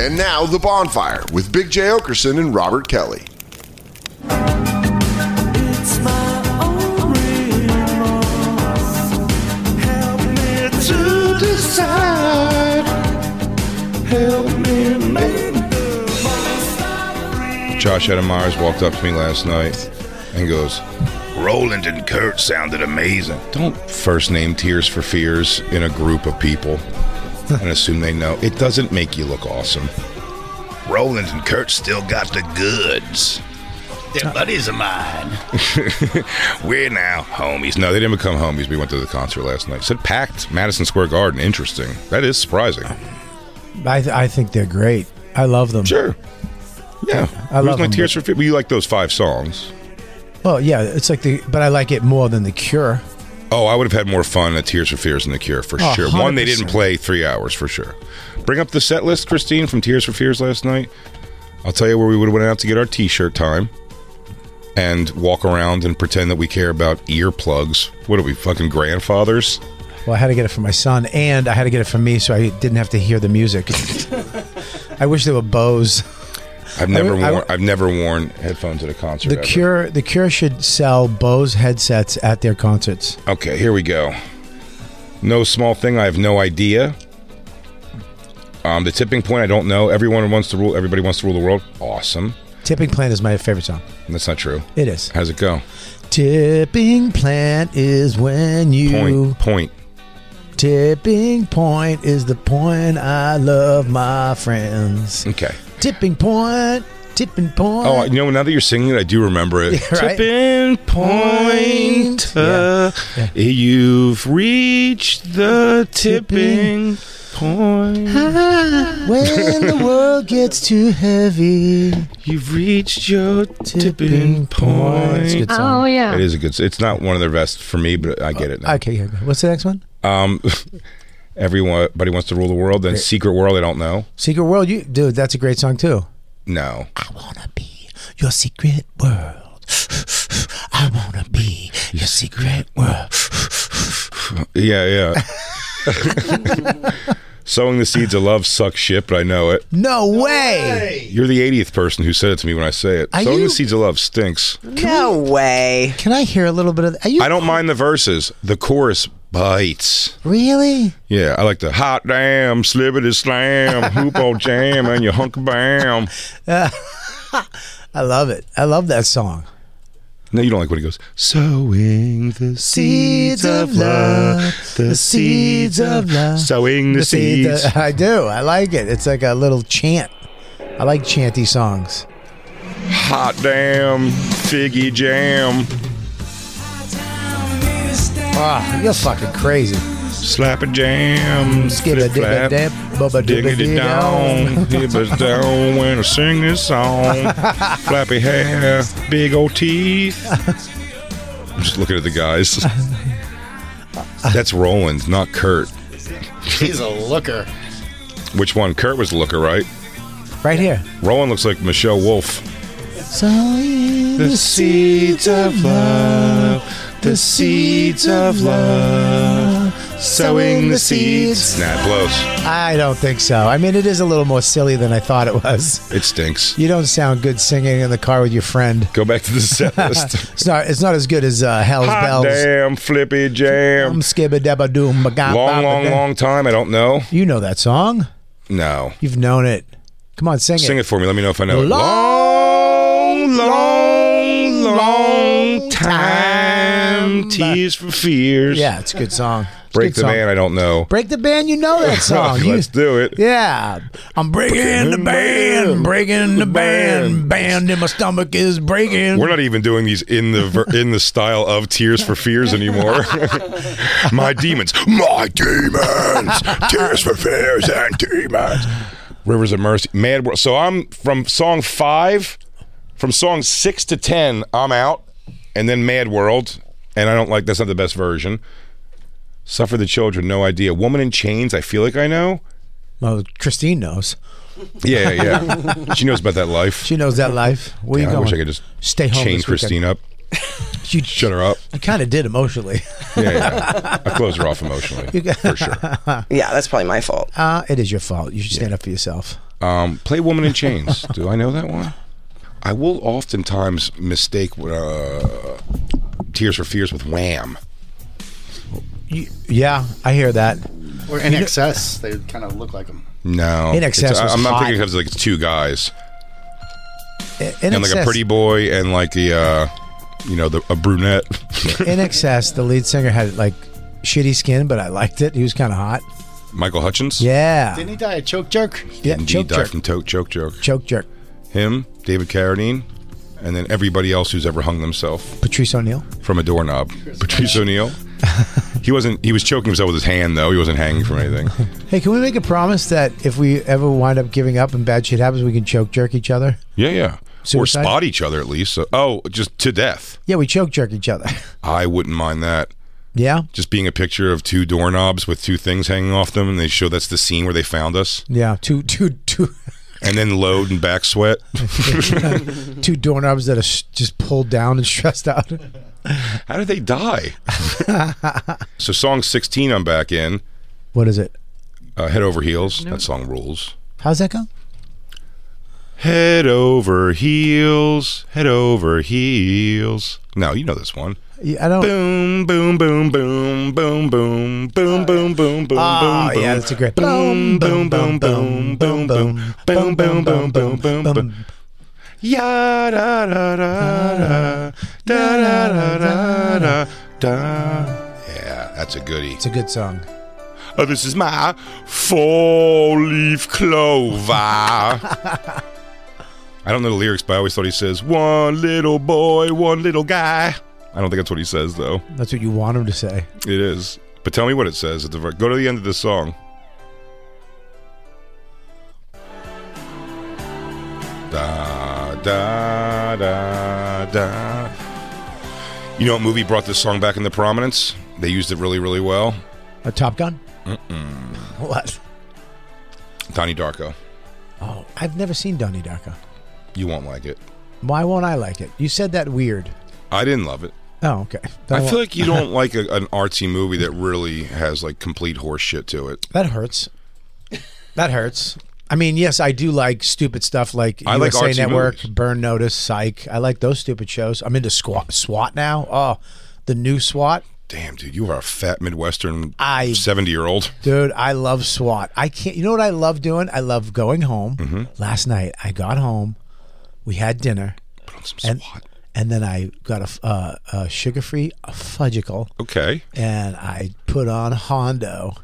And now The Bonfire with Big J. Okerson and Robert Kelly. It's my own remorse. Help me to decide. Help me make the most I Josh Adam Myers walked up to me last night and goes, Roland and Kurt sounded amazing. Don't first name Tears for Fears in a group of people and assume they know. It doesn't make you look awesome. Roland and Kurt still got the goods. Uh. They're buddies of mine. We're now homies. No, they didn't become homies. We went to the concert last night. Said packed Madison Square Garden. Interesting. That is surprising. I, th- I think they're great. I love them. Sure. Yeah. I It was love my them, Tears for Fears. Well, You like those five songs? Well, yeah, it's like the, but I like it more than the Cure. Oh, I would have had more fun at Tears for Fears and The Cure for Oh, sure. One, they didn't 100%. play three hours for sure. Bring up the set list, Christine, from Tears for Fears last night. I'll tell you where we would have went out to get our T-shirt time and walk around and pretend that we care about earplugs. What are we fucking grandfathers? Well, I had to get it for my son, and I had to get it for me, so I didn't have to hear the music. I wish there were Bose. I've never would- I worn would- I've never worn headphones at a concert. The ever. Cure, the Cure should sell Bose headsets at their concerts. Okay, here we go. No small thing. I have no idea. Um, the tipping point. I don't know. Everyone wants to rule. Everybody wants to rule the world. Awesome. Tipping Plant is my favorite song. That's not true. It is. How's it go? Tipping Plant is when you. Point. Point. Tipping Point is the point I love my friends. Okay. Tipping Point, Tipping Point. Mm. Oh, you know, now that you're singing it, I do remember it. right? Tipping point. uh, You've reached the tipping point. When the world gets too heavy, You've reached your tipping point. It's a good song. yeah. It is a good. It's not one of their best for me, but I get it. Now. Okay, here we go. what's the next one? Um, everybody wants to rule the world. Then secret world. I don't know. Secret World. You, dude, that's a great song too. No. I wanna be your secret world. I wanna be your secret world. Yeah, yeah. Sowing the seeds of love sucks shit, but I know it. No way! You're the 80th person who said it to me when I say it. Are Sowing you- the seeds of love stinks. No way. Can I hear a little bit of? Are you I don't mind the verses. The chorus bites. really? Yeah, I like the hot damn, slibbity slam, hoop on jam, and your hunk bam. I love it. I love that song. No, you don't like when he goes, sowing the Seeds of love, the seeds of love, Sowing the, seeds. I do. I like it. It's like a little chant. I like chanty songs. hot damn, figgy jam, Ah, you're fucking crazy. slap a jam, Skip a flip flap. dip, bubba Diggity down, it was down when I sing this song. Flappy hair, big old teeth. I'm just looking at the guys. That's Roland, not Kurt. He's a looker. Which one? Kurt was the looker, right? Right here. Roland looks like Michelle Wolf. Sowing The seeds of love, the seeds of love, sowing the seeds. Nah, it blows. I don't think so. I mean, it is a little more silly than I thought it was. It stinks. You don't sound good singing in the car with your friend. Go back to the set list. It's not. It's not as good as uh, Hell's Hot Bells. Ah, damn, flippy I'm jam. skibba dabba doom. ba-ga- ba-ba- Long, long, long time. I don't know. You know that song. No. You've known it. Come on, sing, Sing it. it for me. Let me know if I know it. Long, Long, long, long long time. time. Tears for fears. Yeah, it's a good song. It's a Break good the song. man. I don't know. Break the band. You know that song. You- Let's do it. Yeah, I'm breaking the band, breaking the band, band in my stomach is breaking. We're not even doing these in the ver- in the style of Tears for Fears anymore. my demons, my demons, Tears for Fears and demons. Rivers of Mercy, Mad World. So I'm from song five, from song six to ten, I'm out, and then Mad World, and I don't like that's not the best version. Suffer the Children, no idea. Woman in Chains, I feel like I know. Well, Christine knows. Yeah, yeah, yeah. she knows about that life. She knows that life. Where Yeah, you I going? wish I could just Stay home chain this weekend. Christine up, You, shut her up. you kind of did emotionally. yeah, yeah. I close her off emotionally for sure. Yeah, that's probably my fault. Uh, it is your fault. You should stand up for yourself. Um, play "Woman in Chains." Do I know that one? I will oftentimes mistake uh, "Tears for Fears" with "Wham." You- yeah, I hear that. Or in excess. They kind of look like them. No, In Excess It's- I- was I'm not hot. thinking because like it's two guys In, and like a excess, pretty boy and like the uh, you know the a brunette. in excess, the lead singer had like shitty skin, but I liked it. He was kind of hot. Michael Hutchins. Yeah, Didn't he die a choke jerk? yeah. Indeed, Choke died jerk. from to- choke jerk. choke jerk. Him, David Carradine, and then everybody else who's ever hung themselves. Patrice O'Neill. from a doorknob. Patrice O'Neill. He wasn't. He was choking himself with his hand, though. He wasn't hanging from anything. Hey, can we make a promise that if we ever wind up giving up and bad shit happens, we can choke jerk each other? Yeah, yeah. Suicide? Or spot each other at least. So, oh, just to death. Yeah, we choke jerk each other. I wouldn't mind that. yeah, Just being a picture of two doorknobs with two things hanging off them, and they show that's the scene where they found us, yeah. Two, two, two, and then load and back sweat. Mm-hmm. two doorknobs that are s- just pulled down and stressed out. How did they die? so song sixteen, I'm back in. What is it? Uh, Head over heels. That song rules. How's that go? Head over heels. Head over heels. No, you know this one. Yeah, I don't. Boom, boom, boom, boom, boom, boom, boom, boom, boom, boom, Oh, boom, yeah, boom. that's a great. Boom, boom, boom, boom, boom, boom, boom, boom, boom, boom, boom, boom. Ya da da da da da da da da da da. Yeah, that's a goodie. It's a good song. Oh, this is my four-leaf clover. I don't know the lyrics, but I always thought he says one little boy, one little guy. I don't think that's what he says though. That's what you want him to say. It is. But tell me what it says at the ver- go to the end of the song. Da da da da. You know what movie brought this song back into prominence? They used it really, really well. A Top Gun. Mm-mm. What? Donnie Darko. Oh, I've never seen Donnie Darko. You won't like it. Why won't I like it? You said that weird. I didn't love it. Oh, okay. I Don't feel wa- like you don't like a, an artsy movie that really has like complete horse shit to it. that hurts. That hurts. I mean, yes, I do like stupid stuff like I like USA artsy Network, movies. Burn Notice, Psych. I like those stupid shows. I'm into SWAT, SWAT now. Oh, the new SWAT. Damn, dude, you are a fat Midwestern I- seventy-year-old. Dude, I love SWAT. I can't. You know what I love doing? I love going home. Mm-hmm. Last night, I got home. We had dinner, Put on some and SWAT. and then I got a, f- uh, a sugar-free fudgicle, Okay. and I put on Hondo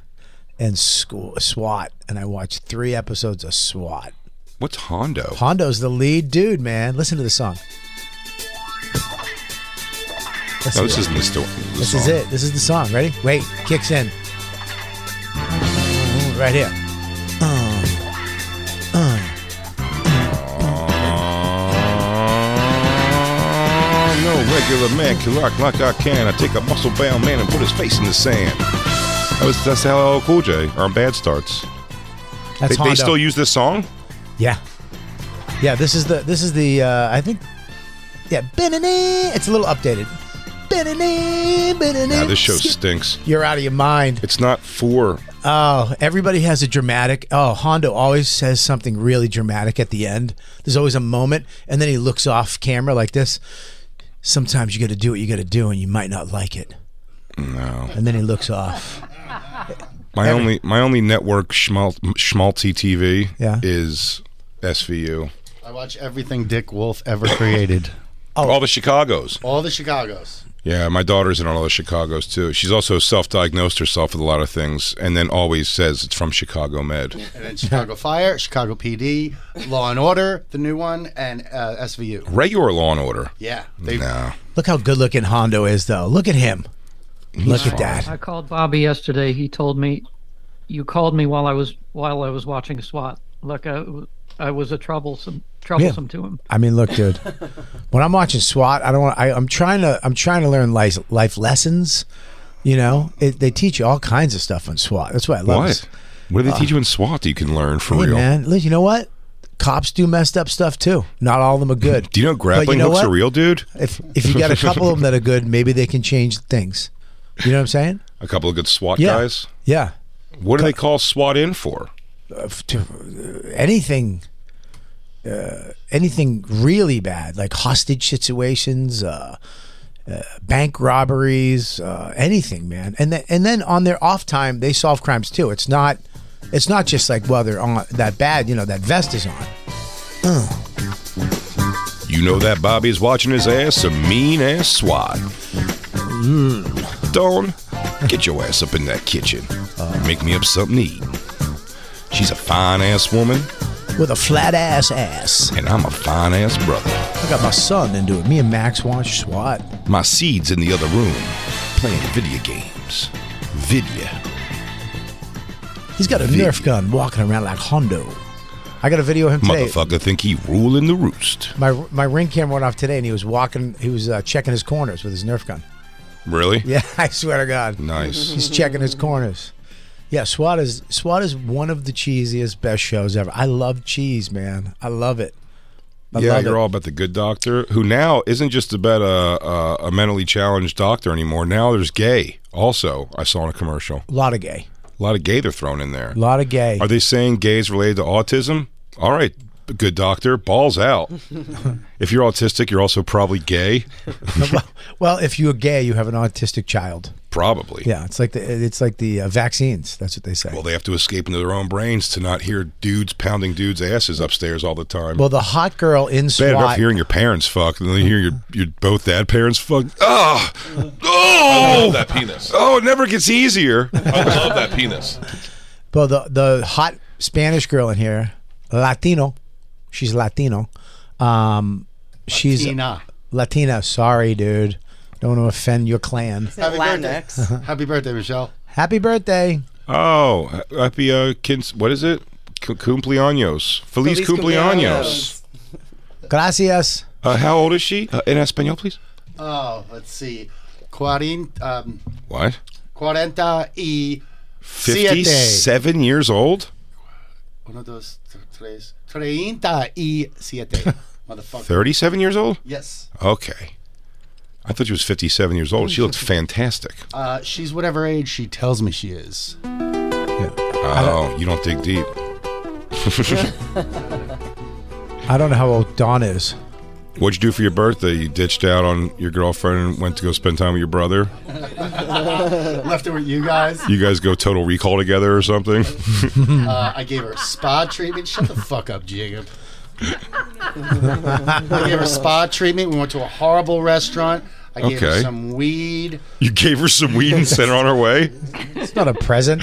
and school, SWAT, and I watched three episodes of SWAT. What's Hondo? Hondo's the lead dude, man. Listen to the song. Let's see No, Oh, this it. isn't the story. This is it. This is the song. Ready? Wait, kicks in. Right here. No regular man can rock like I can. I take a muscle bound man and put his face in the sand. That was, that's how LL Cool J or Bad starts. That's They, Hondo. they still use this song? yeah. Yeah, this is the this is the uh, I think yeah, Benini. It's a little updated. Benini, Benini. Now, this show stinks. You're out of your mind. It's not for Oh, everybody has a dramatic. Oh, Hondo always says something really dramatic at the end. There's always a moment, and then he looks off camera like this. Sometimes you got to do what you got to do, and you might not like it. no. And then he looks off. My only my only network schmaltz, schmaltzy TV Yeah. is SVU. I watch everything Dick Wolf ever created. Oh. All the Chicago's. All the Chicago's. Yeah, my daughter's in all the Chicago's too. She's also self-diagnosed herself with a lot of things, and then always says it's from Chicago Med. And then Chicago Fire, Chicago PD, Law and Order, the new one, and uh, SVU. Regular Law and Order. Yeah. They, No, Look how good looking Hondo is, though. Look at him. Look at I that. called Bobby yesterday. He told me, "You called me while I was while I was watching SWAT. Look, I, I was a troublesome troublesome to him. I mean, look, dude. when I'm watching SWAT, I don't want. I, I'm trying to. I'm trying to learn life, life lessons. You know, it, they teach you all kinds of stuff on SWAT. That's why I love What? it. What do they teach you in SWAT that you can learn for Hey, real? Oh, man, look, you know what? Cops do messed up stuff too. Not all of them are good. Do you know But grappling know hooks what? are real, dude? If if you got a couple of them that are good, maybe they can change things. You know what I'm saying? A couple of good SWAT Yeah. guys. Yeah. What do they call SWAT in for? If to- anything, uh, anything really bad, like hostage situations, uh, uh, bank robberies, uh, anything, man. And then and then on their off time, they solve crimes too. It's not, it's not just like well they're on that bad. You know that vest is on. You know that Bobby's watching his ass a mean ass SWAT. Hmm. Dawn, get your ass up in that kitchen. Uh. Make me up something to eat. She's a fine ass woman, with a flat ass ass. and I'm a fine ass brother. I got my son into it. Me and Max watch SWAT. My seed's in the other room, playing video games. Video. He's got a Nerf gun walking around like Hondo. I got a video of him today. Motherfucker think he ruling the roost. My my ring camera went off today, and he was walking. He was uh, checking his corners with his Nerf gun. Really? Yeah, I swear to God, Nice. he's checking his corners. Yeah, SWAT is SWAT is one of the cheesiest, best shows ever. I love cheese, man. I love it. I yeah, love you're it. all about the good doctor, who now isn't just about a, uh, a, a mentally challenged doctor anymore. Now there's gay. Also, I saw in a commercial. a lot of gay, A lot of gay they're thrown in there. a lot of gay. Are they saying gays related to autism? All right, good doctor, balls out. if you're autistic, you're also probably gay. well, if you're gay, you have an autistic child. Probably. Yeah, it's like the it's like the uh, vaccines. That's what they say. Well, they have to escape into their own brains to not hear dudes pounding dudes' asses upstairs all the time. Well, the hot girl in Bad enough SWAT. hearing your parents fuck, and then you hear your your both dad parents fuck. Ah, oh, that penis. oh, it never gets easier. I love that penis. Well, the the hot Spanish girl in here, Latino, she's Latino. Um, she's Tina. Latina. Sorry, dude. Don't want to offend your clan. Happy birthday. Latinx. Happy birthday, Michelle. Happy birthday. Oh, happy uh, kins. What is it? C- cumpleaños. Feliz, Feliz cumpleaños. Gracias. Uh, how old is she? Uh, in Espanol, please. Oh, let's see. Quarin, um, What? cuarenta y siete. 57 years old? Uno, dos, tre- tres. Treinta y siete. Motherfucker. 37 years old? Yes. Okay. I thought she was 57 years old. She looked fantastic. Uh, she's whatever age she tells me she is. Oh, you don't dig deep. I don't know how old Dawn is. What'd you do for your birthday? You ditched out on your girlfriend and went to go spend time with your brother? Left it with you guys. You guys go total recall together or something? Uh, I gave her a spa treatment. Shut the fuck up, Jacob. I gave her spa treatment. We went to a horrible restaurant. I gave her Okay. some weed. you gave her some weed and sent her on her way? It's not a present.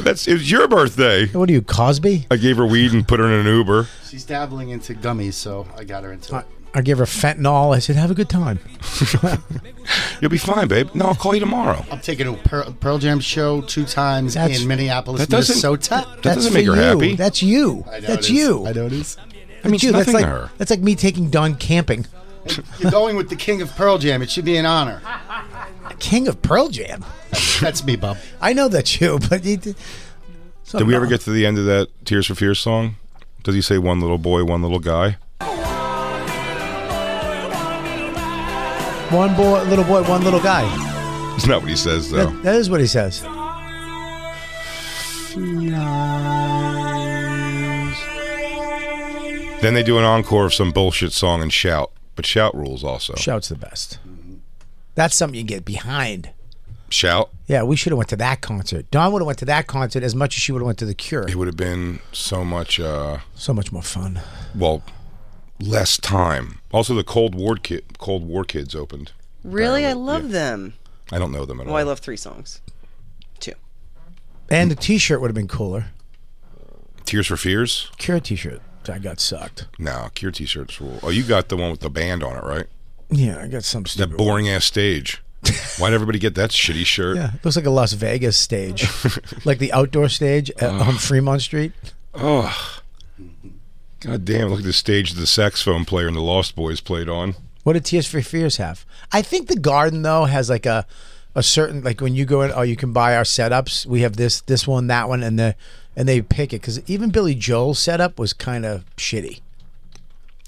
That's it's your birthday. what are you, Cosby? I gave her weed and put her in an Uber. She's dabbling into gummies, so I got her into I, it. I gave her fentanyl. I said, "Have a good time." You'll be fine, babe. No, I'll call you tomorrow. I'm taking a Pearl, Pearl Jam show two times That's- in Minneapolis, That doesn't- Minnesota. That doesn't make her for you. happy. That's you. I know That's it is. you. I know it is. I mean, That's you. That's nothing like to her. that's like me taking Dawn camping. You're going with the king of Pearl Jam. It should be an honor. King of Pearl Jam. That's me, Bob. I know that's you, but you, did Did we ever get to the end of that Tears for Fears song? Does he say one little boy, one little guy? one boy, little boy, one little guy. It's not what he says though. That- that is what he says. Then they do an encore of some bullshit song and shout, but shout rules also. Shout's the best. That's something you get behind. Shout. Yeah, we should have went to that concert. Dawn would have went to that concert as much as she would have went to the Cure. It would have been so much. uh So much more fun. well, less time. Also, the Cold War kid, Cold War kids opened. Really? I Apparently, love yeah. them. I don't know them at all. Well, Oh, I love three songs. Two. And the T-shirt would have been cooler. Tears for Fears. Cure T-shirt. I got sucked. No, Cure T-shirts rule. Oh, you got the one with the band on it, right? Yeah, I got some That stupid. boring ass stage. Why'd everybody get that shitty shirt? yeah, looks like a Las Vegas stage, like the outdoor stage at, on Fremont Street. God damn! Look at the stage the saxophone player and the Lost Boys played on. What did Tears for Fears have? I think the Garden though has like a a certain like when you go in, oh, you can buy our setups. We have this, this one, that one, and the and they pick it because even Billy Joel's setup was kind of shitty.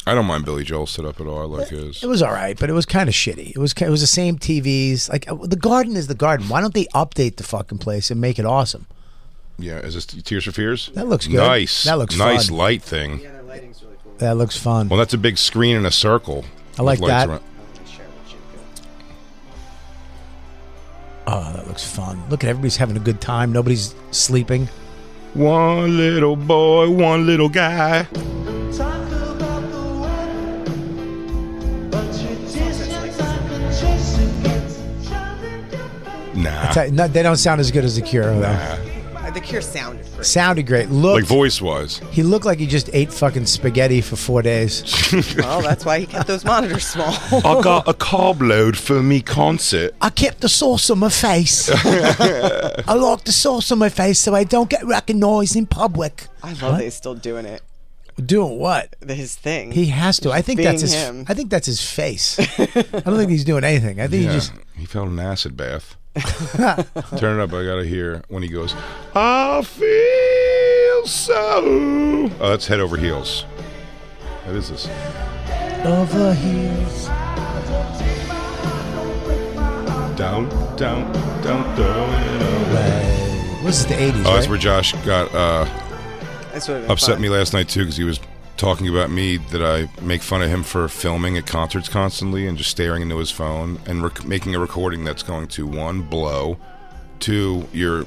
I don't mind Billy Joel set up at all. I like his. It was all right, but it was kind of shitty. It was ki- it was the same TVs. Like uh, the Garden is the Garden. Why don't they update the fucking place and make it awesome? Yeah, is this Tears for Fears? That looks good. Nice. That looks nice fun. light thing. That looks fun. Well, that's a big screen in a circle. I like with lights that. around- Oh, that looks fun. Look at everybody's having a good time. Nobody's sleeping. One little boy, one little guy. Talk about the weather, but your dishes I've been chasing gets driving you crazy. Nah. Ta- no, they don't sound as good as the Cure though. Uh, The Cure sounded great. Sounded great. Look, Ah. Like voice wise. he looked like he just ate fucking spaghetti for four days. well, that's why he kept those monitors small. I got a carb load for me concert. I kept the sauce on my face. I like the sauce on my face so I don't get recognized in public. I love that he's still doing it. Doing what? His thing. He has to. I think Being that's his. him. I think that's his face. I don't think he's doing anything. I think yeah, he just. he fell in an acid bath. Turn it up. I got to hear when he goes, I feel so. Oh, that's head over heels. That is this. Over heels. Down, down, down, throw it away. This is the eighties, Oh, that's where right? Josh got uh, That's what upset me last night, too, because he was talking about me that I make fun of him for filming at concerts constantly and just staring into his phone and rec- making a recording that's going to one, blow, two, you're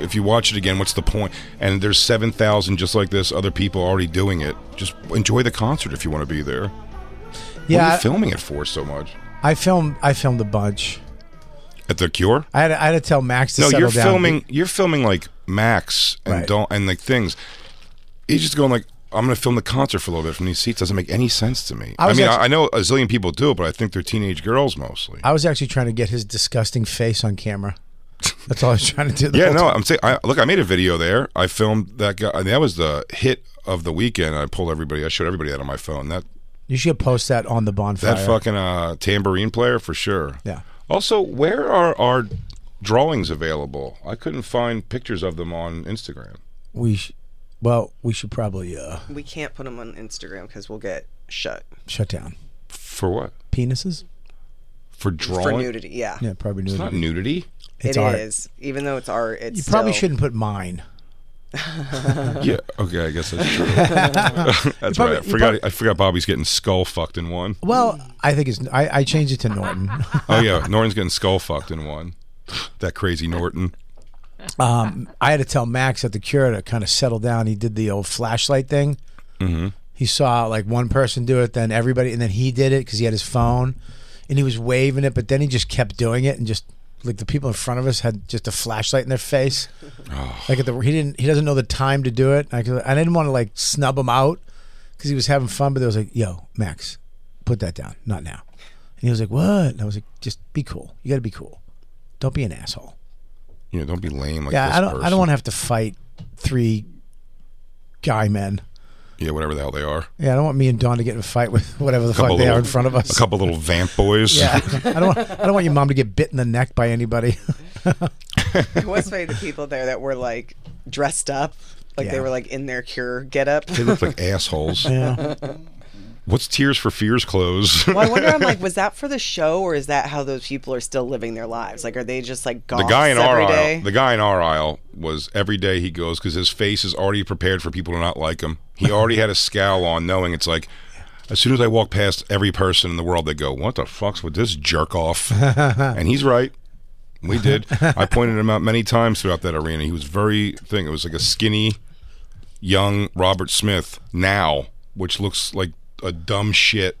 if you watch it again, what's the point? And there's 7,000 just like this, other people already doing it. Just enjoy the concert if you want to be there. what are Yeah, you filming it for so much? I filmed. I filmed a bunch. At The Cure? I had. To, I had to tell Max to No, settle you're down. filming. You're filming like Max and Right. Don and like things. He's just going like, I'm going to film the concert for a little bit from these seats. Doesn't make any sense to me. I I, was mean, actu- I, I know a zillion people do it, but I think they're teenage girls mostly. I was actually trying to get his disgusting face on camera. That's all I was trying to do. the yeah, whole no, time. I'm saying. I, look, I made a video there. I filmed that guy. and that was the hit of the weekend. I pulled everybody. I showed everybody that on my phone. That You should post that on the bonfire. that fucking uh, tambourine player for sure. Oh, Yeah. Also, where are our drawings available? I couldn't find pictures of them on Instagram. We, sh- well, we should probably uh, We can't put him on Instagram because we'll get shut shut down. For what? Penises? For drawing? for nudity. Yeah, Yeah, probably It's nudity. not nudity. it is. art. Even though it's art, it's You probably still- shouldn't put mine. Yeah. Okay. I guess that's true. that's probably- right. I you forgot. prob- I forgot Bobby's getting skull fucked in one. Well, I think it's. I, I changed it to Norton. Oh yeah, Norton's getting skull fucked in one. That crazy Norton. I had to tell Max at the Cure to kind of settle down. He did the old flashlight thing. Mm-hmm. He saw like one person do it, then everybody, and then he did it because he had his phone, and he was waving it, but then he just kept doing it and just like the people in front of us had just a flashlight in their face. Like at the he didn't he doesn't know the time to do it. I, could- I didn't want to like snub him out because he was having fun, but they was like, "Yo, Max, put that down, not now." And he was like, "What?" And I was like, "Just be cool. You got to be cool. Don't be an asshole." You know, don't be lame like this Yeah, I don't. person. I don't want to have to fight three guy men. Yeah, whatever the hell they are. Yeah, I don't want me and Don to get in a fight with whatever the fuck they are in front of us. A couple little vamp boys. Yeah, I don't. Want, I don't want your mom to get bit in the neck by anybody. It was funny the people there that were like dressed up, like Yeah. they were like in their cure getup. They look like assholes. Yeah. What's Tears for Fears clothes? Well, I wonder. I'm like, was that for the show, or is that how those people are still living their lives? Like, are they just like goths the guy in our every day? aisle, the guy in our aisle was every day he goes because his face is already prepared for people to not like him. He already had a scowl on, knowing it's like. As soon as I walk past every person in the world, they go, "What the fuck's with this jerk off?" and he's right. We did. I pointed him out many times throughout that arena. He was very thing. It was like a skinny, young Robert Smith now, which looks like a dumb shit.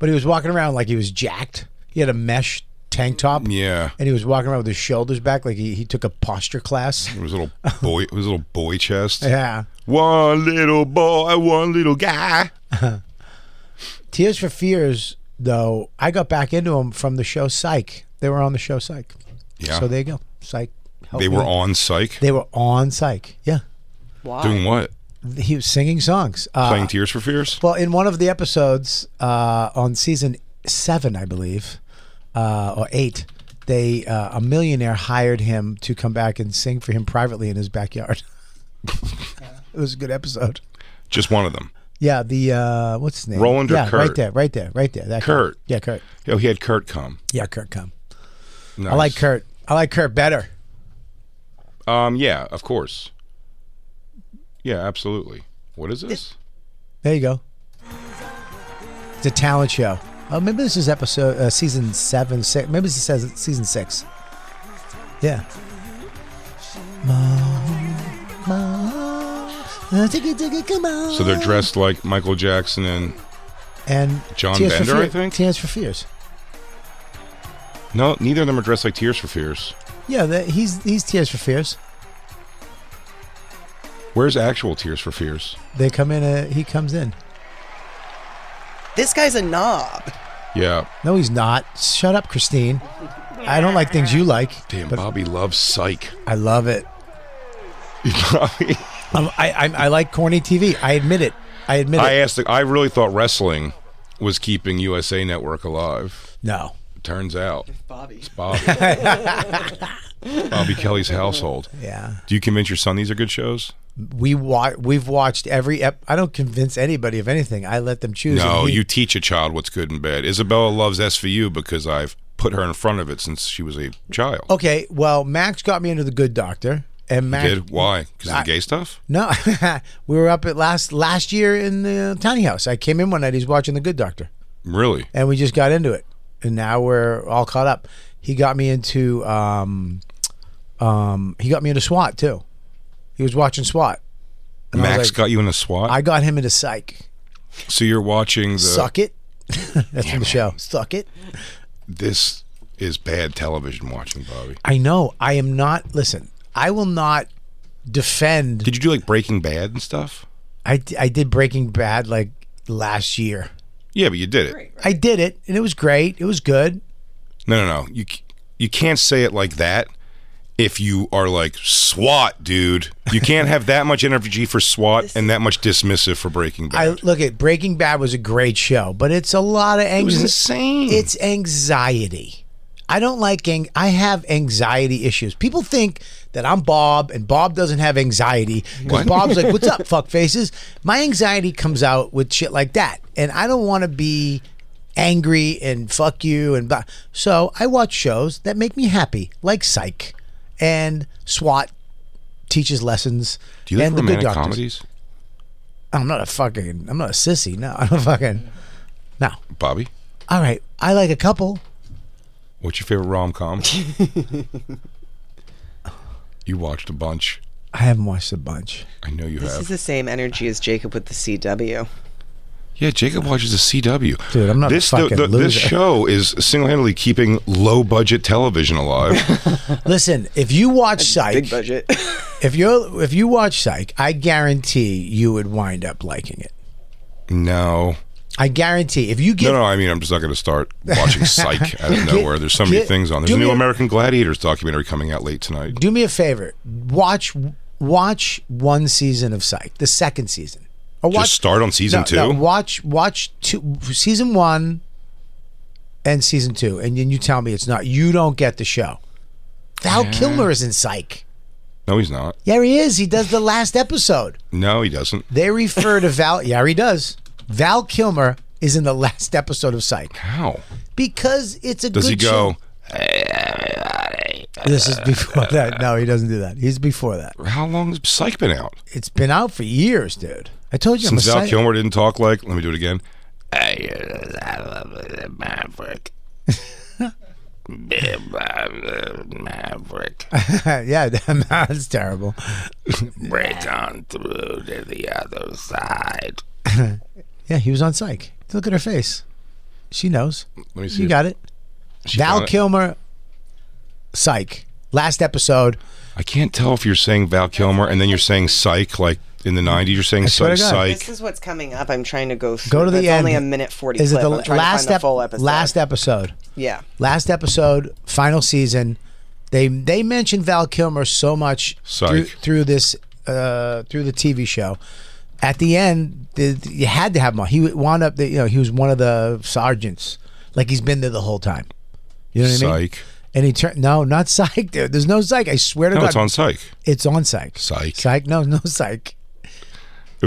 But he was walking around like he was jacked. He had a mesh tank top. Yeah. And he was walking around with his shoulders back like he, he took a posture class. It was a little boy. It was a little boy chest. Yeah. One little boy, one little guy. Tears for Fears, though, I got back into them from the show Psych. They were on the show Psych. Yeah. So there you go. Psych. helped They me. were on psych. They were on Psych. Yeah. Why? Doing what? He was singing songs. Uh, Playing Tears for Fears? Well, in one of the episodes uh, on season seven, I believe, uh, or eight, they uh, a millionaire hired him to come back and sing for him privately in his backyard. it was a good episode. Just one of them. Yeah, the uh, what's his name? Roland or yeah, right Kurt? there, right there, right there. That guy. Kurt. Yeah, Kurt. Oh, he had Kurt come. Yeah, Kurt. Come. Nice. I like Kurt. I like Kurt better. Um, yeah, of course. Yeah, absolutely. What is this? There you go. It's a talent show. Oh, maybe this is episode uh, season seven, six. Maybe this is season six. Yeah. So they're dressed like Michael Jackson and and John Tears for Bender, I Fear- think? Tears for Fears. no, neither of them are dressed like Tears for Fears. Yeah, that, he's he's Tears for Fears. Where's actual Tears for Fears? They come in. Uh, he comes in. This guy's a knob. Yeah, No, he's not. Shut up, Christine. I don't like things you like. damn. but Bobby loves psych. I love it. Bobby. Um, I, I I like corny TV. I admit it. I admit I it. asked. I really thought wrestling was keeping USA Network alive. no. Turns out, Bobby. Bobby. Bobby Kelly's household. Yeah. Do you convince your son these are good shows? we wa- we've watched every ep- I don't convince anybody of anything. I let them choose. No, And he- you teach a child what's good and bad. Isabella loves SVU because I've put her in front of it since she was a child. Okay, well, Max got me into the good doctor and Max Did why? Because of the gay stuff. No. we were up at last last year in the tiny house. I came in one night he's watching the good doctor Really? and we just got into it. And now we're all caught up. He got me into um um he got me into SWAT too. He was watching SWAT. And I was Max like- got you in a SWAT. I got him into psych. so you're watching the. Suck it. That's from the show. Suck it. This is bad television watching, Bobby. I know. I am not. Listen, I will not defend. Did you do like Breaking Bad and stuff? I, d- I did Breaking Bad like last year. Yeah, but you did it. I did it, and it was great. It was good. No, no, no. You c- you can't say it like that if you are like SWAT, dude. You can't have that much energy for SWAT and that much dismissive for Breaking I Bad. look at Breaking Bad was a great show, but it's a lot of it was anxiety. insane. It's anxiety. I don't like ang- I have anxiety issues. People think that I'm Bob and Bob doesn't have anxiety because What? Bob's like, "What's up, fuck faces?" My anxiety comes out with shit like that, and I don't want to be angry and fuck you and blah. So I watch shows that make me happy, like Psych, and SWAT teaches lessons. do you like and the good romantic doctors. comedies, I'm not a fucking. I'm not a sissy. No, I don't fucking. No. Bobby? All right, I like a couple. What's your favorite rom com? you watched a bunch. I haven't watched a bunch. I know you This have. is the same energy as Jacob with the CW. yeah, Jacob watches the CW. Dude, I'm not a this, the- fucking the- This loser. show is single handedly keeping low budget television alive. Listen, if you watch Big Psych, budget. if you if you watch Psych, I guarantee you would wind up liking it. no. I guarantee. If you get no, no. I mean, I'm just not going to start watching Psych out of nowhere. There's so many get- things on. There's do a new me a- American Gladiators documentary coming out late tonight. do me a favor, watch watch one season of Psych, the second season, or watch Just start on season no, two. no, watch watch two season one and season two, and then you tell me it's not. You don't get the show. Val Kilmer is in Psych. No, he's not. Yeah, he is. He does the last episode. No, he doesn't. They refer to Val. Yeah, he does. Val Kilmer is in the last episode of Psych How because it's a does good he show. go? This is before that. No, he doesn't do that. He's before that. How long has Psych been out It's been out for years, dude. I told you since I'm a Val Psych- Kilmer didn't talk like? Let me do it again. Maverick. yeah, that's terrible. Break on through to the other side. Yeah, he was on Psych. Look at her face. She knows. Let me see. You got it. Val got it. Kilmer, Psych. Last episode. I can't tell if you're saying Val Kilmer and then you're saying Psych, like in the 90s, you're saying swear Psych, to God. Psych. This is what's coming up. I'm trying to go through. Go to the That's end. only a minute 40 Is clip. it the I'm trying last to find the ep- full episode. Last episode. Yeah. Last episode. Final season. They they mentioned Val Kilmer so much Psych. through, through this uh, through the TV show. At the end, the, you had to have him on. He wound up. The, you know, he was one of the sergeants. Like he's been there the whole time. You know what I mean? Psych. And he turned. No, not psych, dude. There's no psych. I swear to No, God, it's on Psych. It's on psych. Psych. Psych. No, no psych. It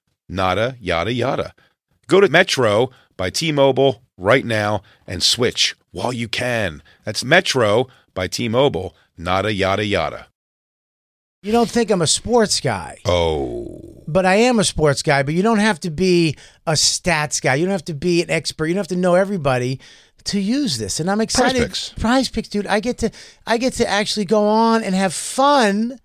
nada yada yada. Go to Metro by T Mobile right now and switch while you can. That's Metro by T Mobile, nada yada yada. You don't think I'm a sports guy, Oh. but I am a sports guy, but you don't have to be a stats guy. You don't have to be an expert. You don't have to know everybody to use this. And I'm excited. Picks. Prize picks, dude. I get to I get to actually go on and have fun.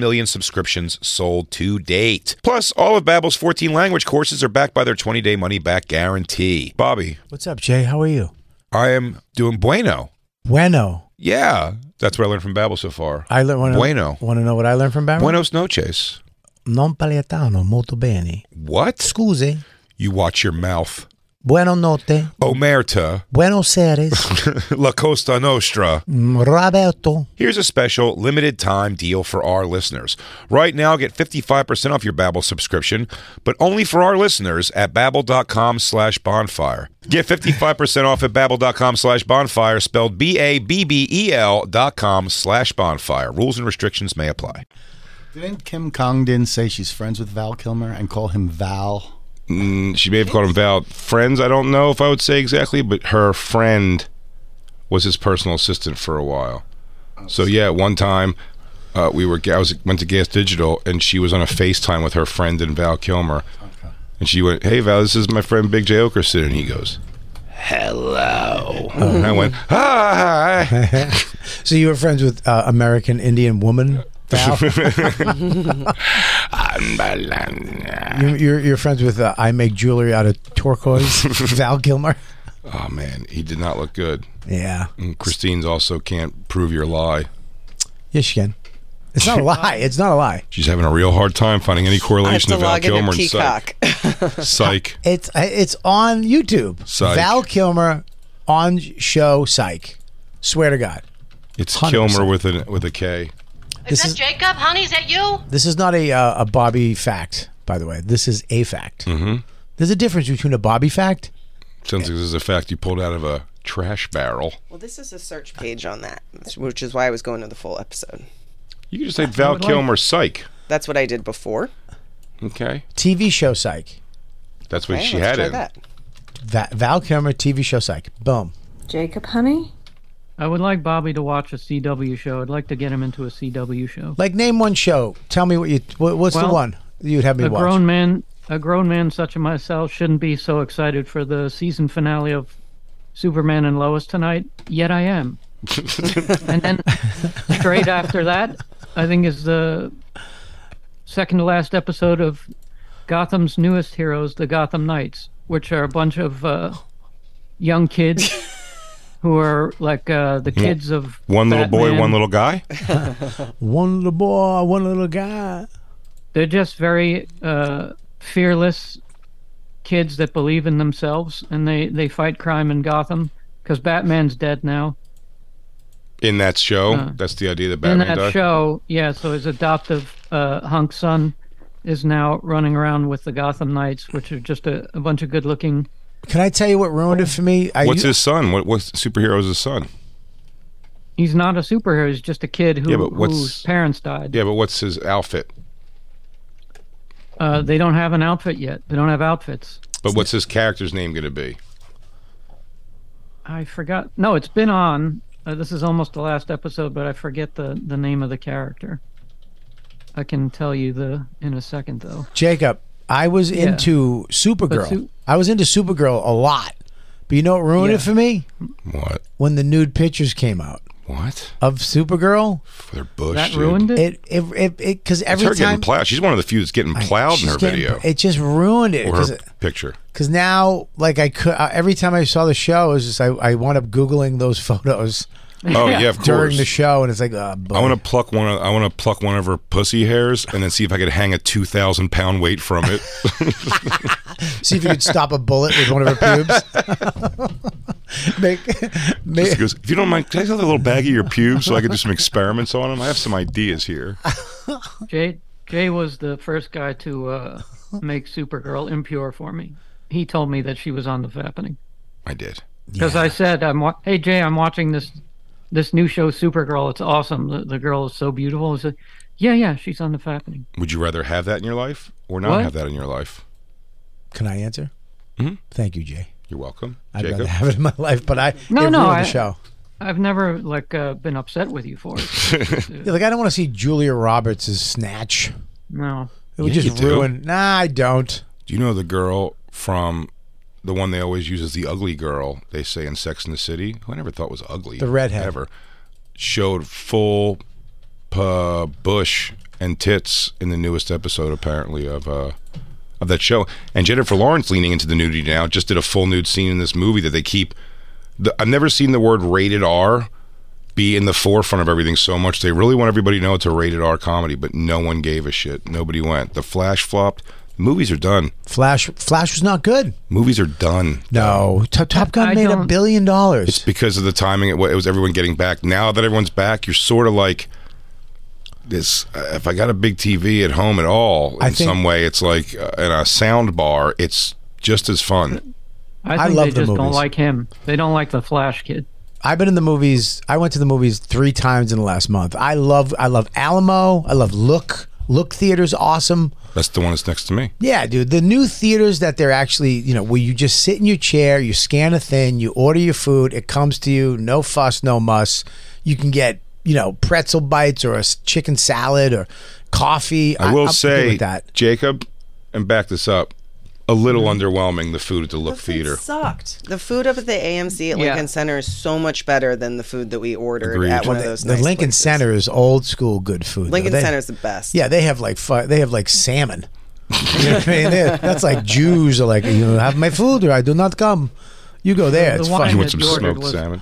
million subscriptions sold to date. Plus, all of Babbel's 14 language courses are backed by their 20-day money-back guarantee. Bobby, what's up jay how are you I am doing bueno. bueno Yeah, that's what I learned from Babbel so far. i learned want Bueno. want to know what i learned from barry Buenos noches. non paliatano molto bene What? scusi You watch your mouth. buono notte Omerta, buenos aires La Costa Nostra. roberto Here's a special limited time deal for our listeners. Right now, get 55% off your Babbel subscription, but only for our listeners at babbel.com slash bonfire. Get 55% off at babbel.com slash bonfire, spelled B-A-B-B-E-L E dot com slash bonfire. Rules and restrictions may apply. Didn't Kim Congdon say she's friends with Val Kilmer and call him Val? Mm, She may have called him Val. Friends, I don't know if I would say exactly, but her friend was his personal assistant for a while. So yeah, one time uh, we were I was went to Gas Digital and she was on a FaceTime with her friend and Val Kilmer, and she went, "Hey Val, this is my friend Big J Okerson," and he goes, "Hello," and I went, "Hi." So you were friends with uh, American Indian woman. Val? you, you're, you're friends with uh, I make jewelry out of turquoise. Val Gilmer. oh man, he did not look good. Yeah. And Christine's also can't prove your lie. Yes, you can. It's not a lie. It's not a lie. She's having a real hard time finding any I have correlation to to Val log Kilmer into and psych. Peacock. Psych. It's uh, it's on YouTube. Psych. Val Kilmer on show Psych. Swear to God, It's 100%. Kilmer with a with a K. this is Jacob, honey, is that you? this is not a uh, a Bobby fact. By the way, this is a fact. Mm-hmm. There's a difference between a Bobby fact. Sounds like this is a fact you pulled out of a trash barrel. Well, this is a search page on that, which is why I was going to the full episode. You could just say Val would like- Kilmer psych. That's what I did before. Okay, TV show Psych. that's what Okay, she let's had try in. that. Va- Val Kilmer TV show Psych. Boom. Jacob, honey? I would like Bobby to watch a CW show. I'd like to get him into a CW show. Like, name one show. Tell me what you. What, what's the Well, one you'd have me a watch? grown man, a grown man such as myself, shouldn't be so excited for the season finale of Superman and Lois tonight. Yet I am. and then straight after that, I think is the second to last episode of Gotham's newest heroes, the Gotham Knights, which are a bunch of uh, young kids who are like uh, the kids of One little boy, Batman. one little guy. one little boy, one little guy. they're just very uh, fearless kids that believe in themselves and they, they fight crime in Gotham because Batman's dead now. In that show, that's the idea that Batman in that died. show, yeah, so his adoptive uh, hunk son is now running around with the Gotham Knights, which are just a, a bunch of good looking. Can I tell you what ruined it for me? I, What's his son? What what superhero is his son? He's not a superhero. He's just a kid who, Yeah, but what's- whose parents died. Yeah, but what's his outfit? Uh, they don't have an outfit yet. They don't have outfits. But what's his character's name going to be? I forgot. No, it's been on. Uh, this is almost the last episode, but I forget the, the name of the character. I can tell you the in a second though. Jacob, I was into Supergirl. But Su- I was into Supergirl a lot. But you know what ruined it Yeah. for me? What? When the nude pictures came out What? of Supergirl, For their bush. That dude. ruined it. it it it because It's every her time getting plowed. She's one of the few that's getting plowed in she's her getting- video it just ruined it or her because picture. because now like I could uh, every time I saw the show, it was just I I wound up googling those photos Oh yeah, of course. during the show, and it's like uh, I want to pluck one. Of, I want to pluck one of her pussy hairs and then see if I could hang a two thousand pound weight from it. see if you could stop a bullet with one of her pubes. make, She make, goes, if you don't mind, can I have a little baggie of your pubes so I can do some experiments on them? I have some ideas here. Jay Jay was the first guy to uh, make Supergirl impure for me. He told me that she was on the Fappening I did. because I said, "I'm wa- hey Jay, I'm watching this this new show Supergirl. It's awesome. The, the girl is so beautiful." He said, "Yeah, yeah, she's on the Fappening." Would you rather have that in your life or not What? have that in your life? can I answer? Thank you, Jay. You're welcome, I'd Hmm? Jacob. rather have it in my life, but I No, it no, ruined I- the show. I've never like uh, been upset with you for it. Yeah, like I don't want to see Julia Roberts' snatch. No, It would Yeah, just you do. ruin. Nah, I don't. do you know the girl from the one they always use as the ugly girl? They say in Sex in the City, who I never thought was ugly. The redhead. ever showed full uh, bush and tits in the newest episode, apparently of uh, of that show. And Jennifer Lawrence leaning into the nudity now just did a full nude scene in this movie that they keep. The, I've never seen the word rated R be in the forefront of everything so much. They really want everybody to know it's a rated R comedy, but no one gave a shit. Nobody went. The Flash flopped. Movies are done. Flash, Flash was not good. Movies are done. No, Top- Top Gun I made a don't- billion dollars. because of the timing. It wa- it was everyone getting back. Now that everyone's back, you're sort of like this. uh, If I got a big TV at home at all, in I think- some way, it's like uh, and a sound bar. It's just as fun. I think I love they the just don't movies. like him. They don't like the Flash kid. I've been in the movies. I went to the movies three times in the last month. I love, I love Alamo. I love Look. Look Theater's awesome. That's the one that's next to me. Yeah, dude. The new theaters that they're actually, you know, where you just sit in your chair, you scan a thing, you order your food, it comes to you, no fuss, no muss. You can get, you know, pretzel bites or a s- chicken salad or coffee. I will I'm good say, with that. Mm-hmm. Jacob, and back this up. A little underwhelming. The food at the Look Theater. sucked. The food up at the AMC at Yeah. Lincoln Center is so much better than the food that we ordered Agreed. at one Well, of those. The nice Lincoln places. Center is old school good food. though. Lincoln They- Center is the best. Yeah, they have like fu- they have like salmon. you know what I mean? They- that's like Jews are like, you know, have my food or I do not come. You go there. The It's wine fun. You want that some you ordered smoked was- salmon?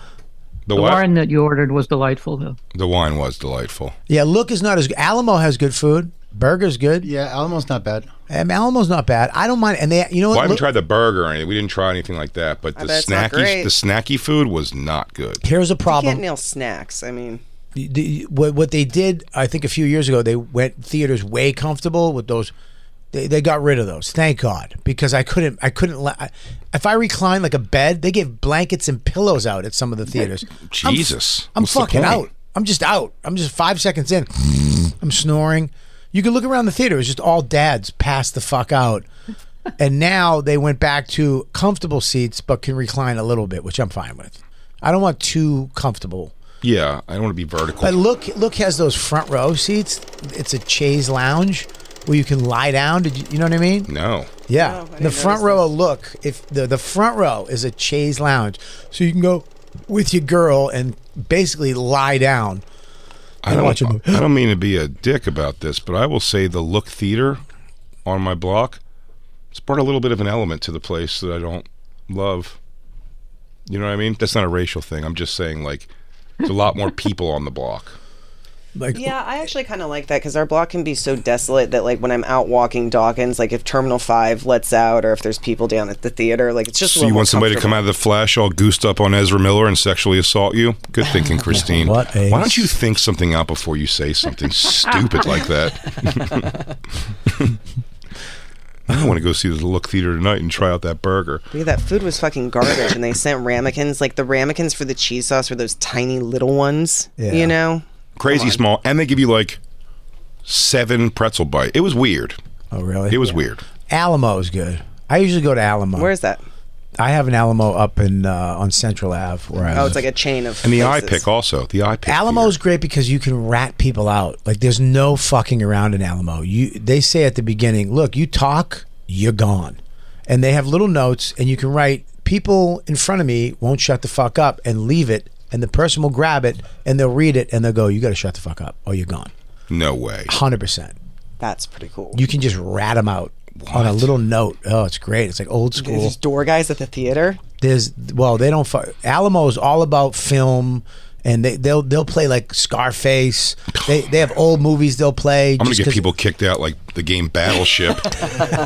The, The what? wine that you ordered was delightful, though. The wine was delightful. Yeah, look is not as good. Alamo has good food. Burger's good. Yeah, Alamo's not bad. Um, Alamo's not bad. I don't mind. And they, you know Well, I what? haven't Look, tried the burger or anything. We didn't try anything like that. But I the bet it's snacky, not great. the snacky food was not good. here's a you can't problem. nail snacks. I mean, The- what, what they did, I think, a few years ago, they went theaters way comfortable with those. They, they got rid of those. Thank God, because I couldn't. I couldn't. la- I, if I reclined like a bed, they gave blankets and pillows out at some of the theaters. I'm f- Jesus, I'm, What's the fucking point? out. I'm just out. I'm just five seconds in. I'm snoring. You could look around the theater. It's just all dads passed the fuck out. And now they went back to comfortable seats, but can recline a little bit, which I'm fine with. I don't want too comfortable. Yeah, I don't want to be vertical. But look, look has those front row seats. It's a chaise lounge where you can lie down. Did you, you know what I mean? no. No, Oh, I Yeah. didn't the front notice row of look, if the the front row is a chaise lounge, so you can go with your girl and basically lie down. I don't, watch a movie. I don't mean to be a dick about this, but I will say the Look Theater on my block it's brought a little bit of an element to the place that I don't love. You know what I mean? That's not a racial thing. I'm just saying, like, there's a lot more people on the block. Like Yeah, I actually kind of like that because our block can be so desolate that, like, when I'm out walking Dawkins, like if Terminal Five lets out or if there's people down at the theater, like it's just. a So little you more want somebody to come comfortable. out of the flash all goosed up on Ezra Miller and sexually assault you? Good thinking, Christine. What a- Why don't you think something out before you say something stupid like that? I want to go see the Look Theater tonight and try out that burger. Yeah, that food was fucking garbage, and they sent ramekins. Like the ramekins for the cheese sauce were those tiny little ones, Yeah. you know. Crazy small, and they give you like seven pretzel bite. It was weird. Oh, really? It was weird. Alamo's good. I usually go to Alamo. Where's that? I have an Alamo up in uh, on Central Ave where I Oh, live. it's like a chain of. And the eye places. pick also. The eye pick. Alamo's great because you can rat people out. Like there's no fucking around in Alamo. You they say at the beginning, look, you talk, you're gone. And they have little notes and you can write people in front of me won't shut the fuck up and leave it and the person will grab it and they'll read it and they'll go, You gotta shut the fuck up or you're gone. Here. No way. Hundred percent. That's pretty cool. You can just rat them out on a little note. Oh, it's great. It's like old There's school. these door guys at the theater. there's well they don't fu- Alamo is all about film and they they'll they'll play like Scarface. They they have old movies they'll play. I'm gonna just get 'cause- people kicked out like the game Battleship.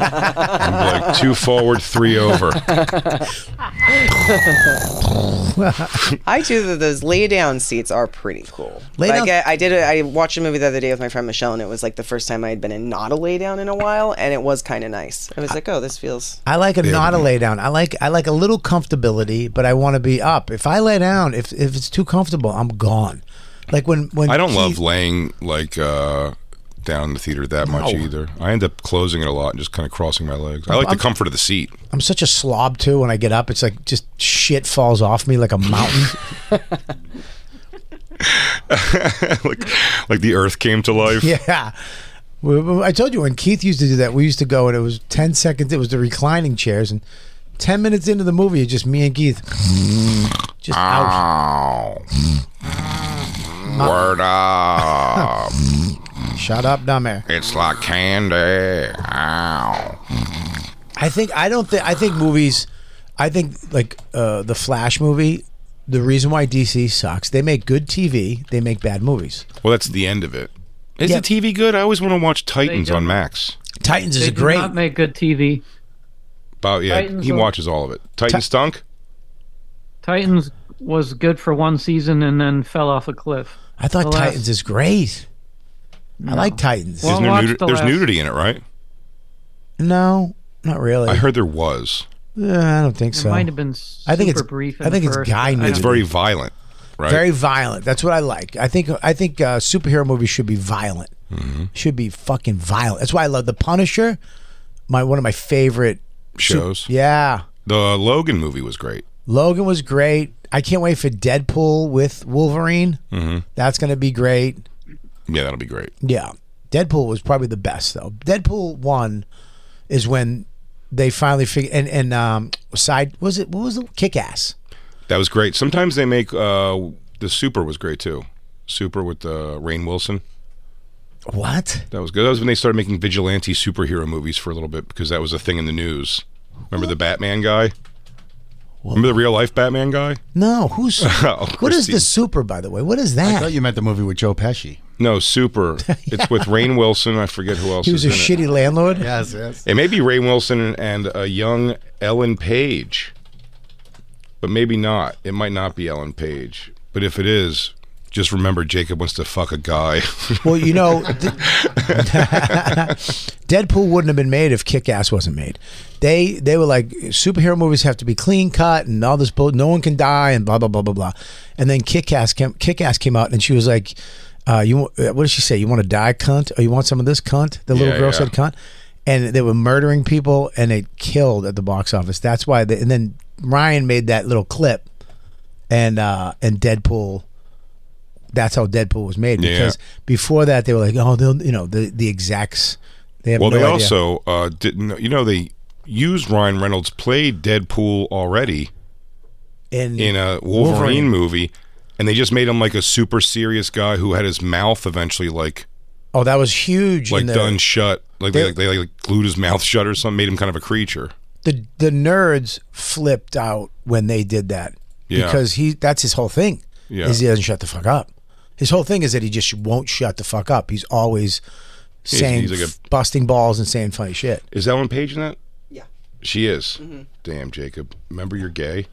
I'm like two forward, three over. I do that. Those lay down seats are pretty cool. Lay like down- I, I did. A, I watched a movie the other day with my friend Michelle, and it was like the first time I had been in not a lay down in a while, and it was kind of nice. I was like, oh, this feels. I like a not a lay down. I like I like a little comfortability, but I want to be up. If I lay down, if if it's too comfortable, I'm gone. Like when when I don't Keith- love laying like uh, down in the theater that much either. I end up closing it a lot and just kind of crossing my legs. I like the comfort of the seat. I'm such a slob too. When I get up, it's like just shit falls off me like a mountain. like like the earth came to life. Yeah. We- we- I told you when Keith used to do that, we used to go and it was 10 seconds. It was the reclining chairs. And 10 minutes into the movie, it's just me and Keith. Just Ah. out. Ow. Uh. Word up. Shut up, dumb air. it's like candy. Ow. I think, I don't think, I think movies, I think like uh, the Flash movie, the reason why DC sucks, they make good TV, they make bad movies. Well, that's the end of it. Is Yeah. the TV good? I always want to watch Titans do. on Max. Titans is They do great. not make good TV. Bob, yeah, Titans he on- watches all of it. Titans stunk. Titans was good for one season and then fell off a cliff. I thought The last- Titans is great. I like Titans. There's, Well- I'll no watch nudi- the there's last- nudity in it, right? no, not really. I heard there was. Uh, I don't think It so. might have been. I think it's- super brief. I in think the it's first. guy I don't- It's very violent, right? Very violent. That's what I like. I think I think uh, superhero movies should be violent. Should be fucking violent. That's why I love The Punisher. My one of my favorite. shows. Yeah, The Logan movie was great. Logan was great. I can't wait for Deadpool with Wolverine. Mm-hmm. That's gonna be great. Yeah, that'll be great. Yeah, Deadpool was probably the best though. Deadpool one is when they finally figured and and um side was it what was the kick ass That was great. Sometimes they make uh, the Super was great too. Super with uh, Rain Wilson. what That was good. That was when they started making vigilante superhero movies for a little bit because that was a thing in the news. Remember the Batman guy? Remember the real life Batman guy? no who's Oh, what is Christine. the super by the way what is I that thought you meant the movie with Joe Pesci. No, Super. It's with Rain Wilson. I forget who else. he was a is in shitty landlord Yes, yes. It. it may be Rain Wilson and, and a young Ellen Page, but maybe not. It might not be Ellen Page. But if it is, just remember Jacob wants to fuck a guy. Well, you know, d- Deadpool wouldn't have been made if Kick Ass wasn't made. They they were like superhero movies have to be clean cut and all this bull. No one can die and blah blah blah blah blah. And then Kick Ass came Kick Ass came out and she was like, uh, "You wa- uh, what did she say? You want to die, cunt, or you want some of this, cunt?" The little Yeah, girl yeah. said, "Cunt," and they were murdering people and it killed at the box office. That's why. They, and then Ryan made that little clip, and uh, and Deadpool that's how Deadpool was made Yeah. because before that they were like, oh, they'll you know the the execs. They have well, no they idea. also uh, didn't. You know, they used Ryan Reynolds played Deadpool already in, in a Wolverine, Wolverine. movie, and they just made him like a super serious guy who had his mouth eventually like oh that was huge. like in the, done shut. Like they, They- like they like glued his mouth shut or something, made him kind of a creature. the the nerds flipped out when they did that Yeah. because he that's his whole thing Yeah. is he doesn't shut the fuck up. His whole thing is that he just won't shut the fuck up. He's always saying he's like a- f- busting balls and saying funny shit. Is Ellen Page in that? Yeah. She is. Damn, Jacob. Remember you're gay.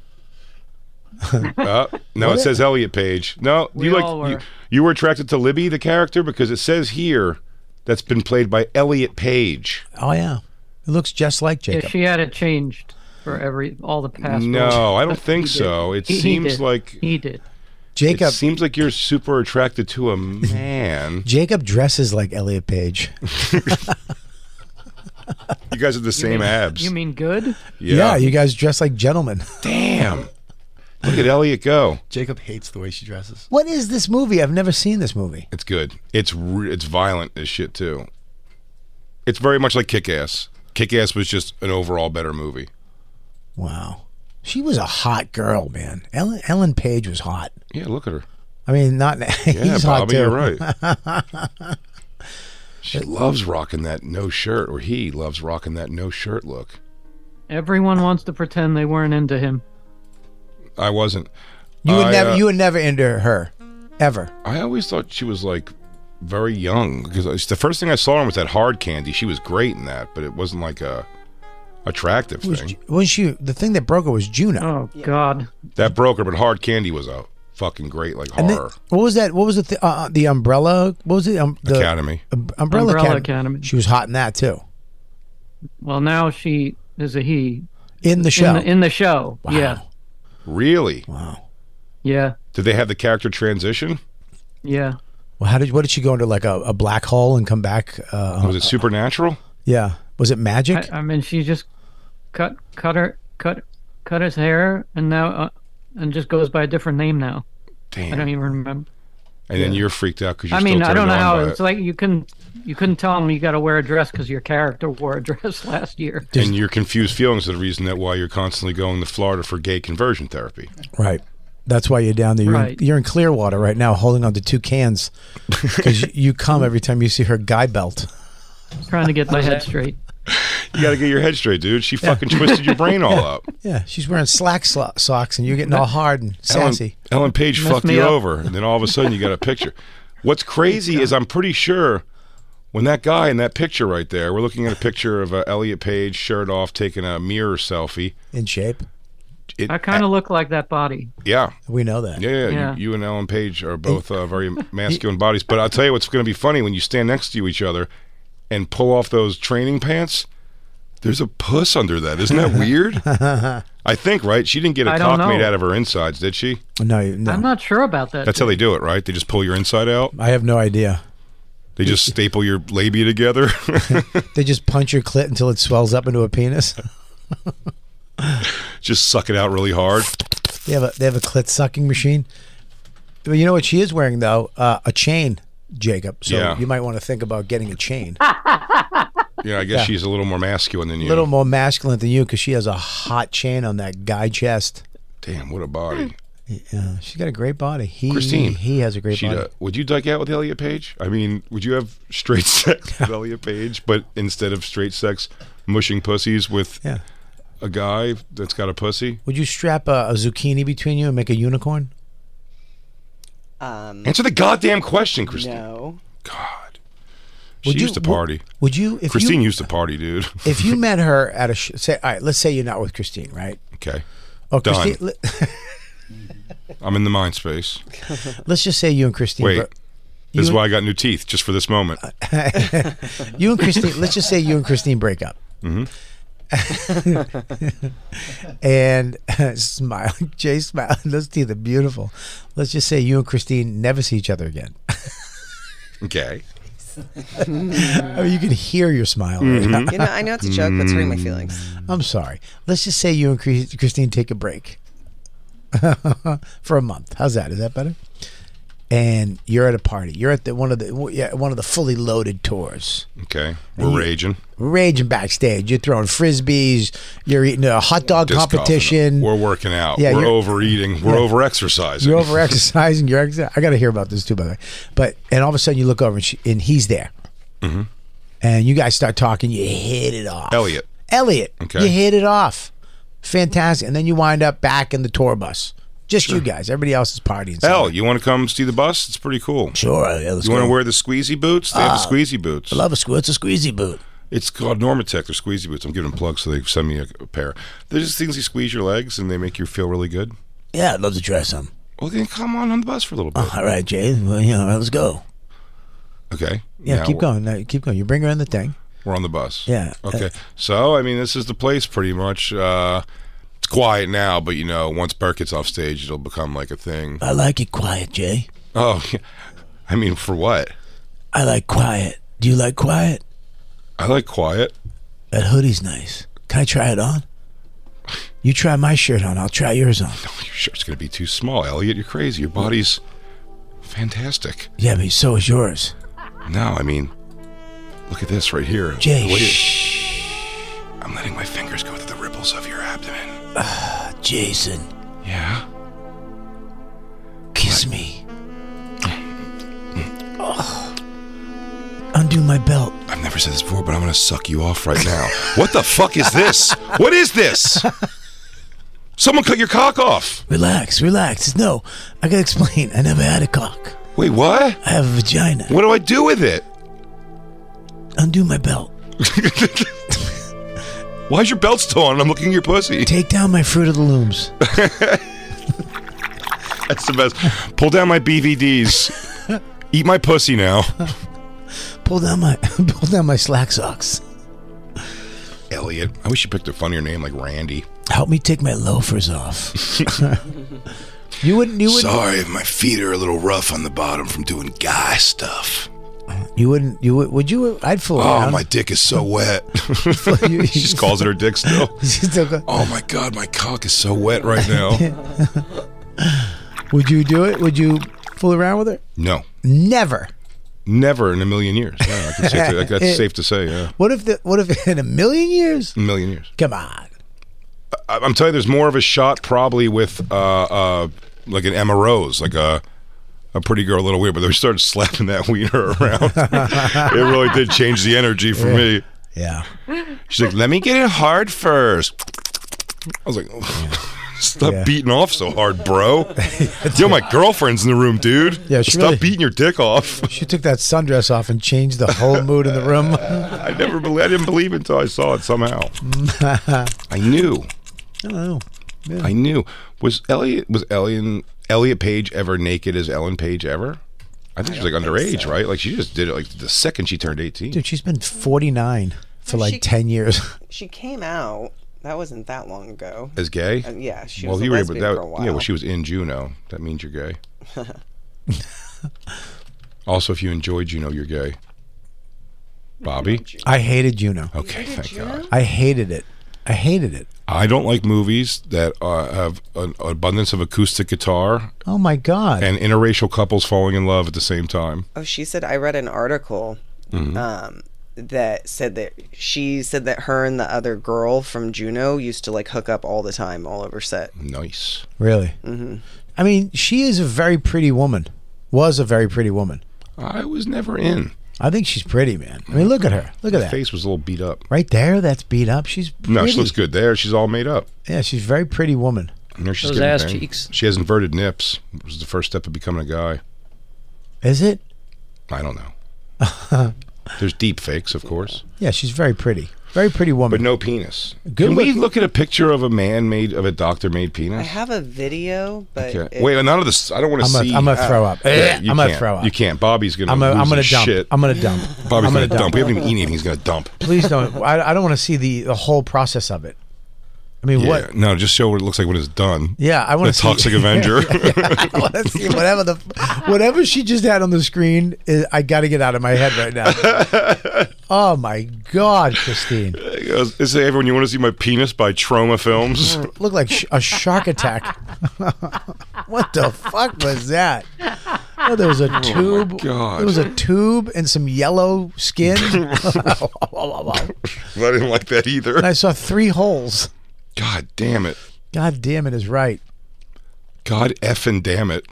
uh, no, it says Elliot Page. No, We you like all were. You, you were attracted to Libby, the character, because it says here that's been played by Elliot Page. Oh yeah, It looks just like Yeah, Jacob. she had it changed for every all the past. roles. No, I don't think He did. so. It He- he seems did. like he did. Jacob it seems like you're super attracted to a man. Jacob dresses like Elliot Page. You guys have the same abs. You mean good? Yeah. you guys dress like gentlemen. Damn. Look at Elliot go. Jacob hates the way she dresses. What is this movie? I've never seen this movie. It's good. It's re- it's violent as shit too. It's very much like Kick Ass. Kick Ass was just an overall better movie. Wow. She was a hot girl, man. Ellen, Ellen Page was hot. Yeah, look at her. I mean, not he's Yeah, hot Bobby, too. you're right. she loves rocking that no shirt, or he loves rocking that no shirt look. Everyone wants to pretend they weren't into him. I wasn't. You would I, never, uh, you would never enter her, ever. I always thought she was like very young because I- the first thing I saw her was that hard candy. She was great in that, but it wasn't like a attractive Was, thing. Ju- was she the thing that broke her was Juno? Oh God, That broke her, but hard candy was a fucking great like And then- horror. what was that? What was the th- uh, the umbrella? What was it? Um, the Academy. Um, umbrella, Umbrella Academy. Academy. She was hot in that too. Well, now she is a he In the in show. the, in the show. wow. Yeah, Really? Wow. yeah, Did they have the character transition? yeah. Well, how did what did she go into like a, a black hole and come back? Uh, Was it supernatural? yeah. Was it magic? I, I mean, she just cut cut her cut cut his hair, and now uh, and just goes by a different name now. I Damn. don't even remember. and then you're freaked out because you're I still mean, I turned don't know on how by it's it. like. You couldn't you couldn't tell him you got to wear a dress because your character wore a dress last year. and your confused feelings are the reason that why you're constantly going to Florida for gay conversion therapy. Right. That's why you're down there. You're, Right. in, you're in Clearwater right now, holding on to two cans because you, you come every time you see her guy belt. trying to get my head straight. You got to get your head straight, dude. She fucking twisted your brain all up. Yeah, she's wearing slack slo- socks, and you're getting all hard and Ellen, sassy. Ellen Page Messed fucked me you up. over, and then all of a sudden you got a picture. What's crazy is I'm pretty sure when that guy in that picture right there, we're looking at a picture of uh, Elliot Page shirt off, taking a mirror selfie. in shape. It, I kind of look like that body. yeah, We know that. yeah, yeah. Yeah. You, you and Ellen Page are both uh, very masculine bodies, but I'll tell you what's going to be funny when you stand next to each other and pull off those training pants. There's a puss under that. Isn't that weird? I think right. She didn't get a I cock don't made know. out of her insides, did she? No, you- no. I'm not sure about that. That's how they do it, right? They just pull your inside out. I have no idea. They just staple your labia together. They just punch your clit until it swells up into a penis. just suck it out really hard. They have a they have a clit sucking machine. But you know what she is wearing though? Uh, a chain, Jacob. So Yeah. Ah. you might want to think about getting a chain. Yeah, I guess she's a little more masculine than you. A little more masculine than you because she has a hot chain on that guy chest. Damn, what a body. Yeah, she's got a great body. He Christine, he has a great She, body. uh, would you duck out with Elliot Page? I mean, would you have straight sex with Elliot Page, but instead of straight sex, mushing pussies with Yeah. a guy that's got a pussy? Would you strap a, a zucchini between you and make a unicorn? Mm. Um, Answer the goddamn question, Christine. no. God. She Would you- used to party. Would you if Christine you used to party, dude. if you met her at a sh- say all right, let's say you're not with Christine, right? okay. Oh, Done. Christine, let, I'm in the mind space. us just say you and Christine. Wait. bro- This is you- Uh, why I got new teeth, just for this moment. you and Christine. let's just say you and Christine break up. Mm-hmm. and smile, Jay smile. Those teeth are beautiful. Let's just say you and Christine never see each other again. Okay. I mean, you can hear your smile. Mm-hmm. You know, I know it's a joke, but it's hurting my feelings. I'm sorry. Let's just say you and Chris- Christine take a break for a month. How's that? Is that better? And you're at a party. You're at the one of the w- yeah, one of the fully loaded tours. Okay. We're raging. Raging backstage. You're throwing frisbees. You're eating a hot dog Disc golf. competition. We're working out. Yeah, we're you're- overeating. We're over exercising. You're over exercising. You're ex- I got to hear about this too, by the way. But and all of a sudden you look over and, she, and he's there, Mm-hmm. and you guys start talking. You hit it off. Elliot. Elliot. Okay. You hit it off. Fantastic. And then you wind up back in the tour bus. Just you guys. Everybody else is partying. Hell, you want to come see the bus? It's pretty cool. Sure. Uh, Yeah, let's You want go. to wear the squeezy boots? They have the squeezy boots. Love a squeeze. It's a squeezy boot. It's called Normatec. They're squeezy boots. I'm giving them plugs so they send me a, a pair. They're just things you squeeze your legs and they make you feel really good. Yeah, I'd love to try some. Well, then come on on the bus for a little bit. All right, Jay. Well, yeah, all right, let's go. Okay. Yeah, Now keep we're- going. Now, keep going. You bring her in the thing. We're on the bus. Yeah. Okay. So I mean, this is the place pretty much. Uh, it's quiet now, but you know, once Bert gets off stage, it'll become like a thing. I like it quiet, Jay. Oh, yeah. I mean, for what? I like quiet. Do you like quiet? I like quiet. That hoodie's nice. Can I try it on? You try my shirt on. I'll try yours on. Your shirt's gonna be too small, Elliot. You're crazy. Your body's fantastic. Yeah, but so is yours. No, I mean, look at this right here. Jay, The way it- shh. I'm letting my fingers go through the ripples of your abdomen. Jason, Yeah. kiss me. Ugh. Undo my belt. I've never said this before, but I'm gonna suck you off right now. what the fuck is this? What is this? Someone cut your cock off. Relax, relax. No, I gotta explain. I never had a cock. Wait, what? I have a vagina. What do I do with it? Undo my belt. Why's your belt still on? and I'm looking at your pussy. Take down my Fruit of the Looms. That's the best. Pull down my BVDs. Eat my pussy now. Pull down my pull down my slack socks. Elliot. I wish you picked a funnier name like Randy. Help me take my loafers off. you wouldn't you wouldn't Sorry if my feet are a little rough on the bottom from doing guy stuff. you wouldn't you would, would you I'd fool Oh, around. my dick is so wet. she just calls it her dick still. She's still go- Oh my god, my cock is so wet right now. Would you do it? Would you fool around with her? No, Never. never in a million years. Yeah, I can say that- that's safe to say. Yeah, What if the what if in a million years? a million years. Come on. I, I'm telling you, there's more of a shot probably with uh, uh, like an Emma Rose, like a a pretty girl, a little weird, but they started slapping that wiener around. it really did change the energy for me. Yeah. She's like, "Let me get it hard first. I was like, "Stop Yeah. beating off so hard, bro." Yo, my girlfriend's in the room, dude. Yeah, she Stop really- beating your dick off. She took that sundress off and changed the whole mood in the room. I never, believe, I didn't believe it until I saw it somehow. I knew, I don't know. I knew. Was Elliot, was Elliot, Elliot Page ever naked as Ellen Page ever? I think she's like underage, right? Like she just did it like the second she turned eighteen. Dude, she's been 49 for like She- 10 years. She came out. That wasn't that long ago. as gay? Uh, yeah, she was a were- lesbian that, for a while. Yeah, well, she was in Juno. That means you're gay. also, if you enjoy Juno, you're gay. Bobby? I hated Juno. Okay, thank God. I hated it. I hated it. I don't like movies that uh, have an abundance of acoustic guitar Oh my god. and interracial couples falling in love at the same time. Oh, she said I read an article Mm-hmm. um, that said that she said that her and the other girl from Juno used to like hook up all the time, all over set. Nice. really? I mean, she is a very pretty woman. Was a very pretty woman. I was never in. I think she's pretty, man. I mean, look at her. Look at that. Face was a little beat up. Right there, that's beat up. She's pretty. No, she looks good there. She's all made up. Yeah, she's a very pretty woman. You know, she's Those getting ass banged. cheeks. She has inverted nips, which was the first step of becoming a guy. Is it? I don't know. There's deep fakes, of course. Yeah, she's very pretty. Very pretty but woman. no penis. Good Can we look- look at a picture of a man made of a doctor made I penis? have a video, but Okay. it- Wait, none of this. I don't want to I'm see. gonna, I'm gonna throw up. Yeah, you I'm gonna can't. throw up. You can't. Bobby's gonna. I'm gonna, lose I'm gonna his dump. Shit. I'm gonna dump. Bobby's I'm gonna, dump. We haven't even eaten anything. He's gonna dump. Please don't. I, I don't want to see the, the whole process of it. I mean, Yeah. what? No, just show what it looks like when it's done. Yeah, I want The to see Toxic Avenger. I want to see whatever the whatever she just had on the screen. Is, I got to get out of my head right now. oh my God, Christine! He goes, Is it everyone you want to see my penis by Trauma Films? Looked like sh- a shark attack. what the fuck was that? Oh, there was a tube. God. There was a tube and some yellow skin. I didn't like that either. and I saw three holes. God damn it. God damn it is right. God effing damn it.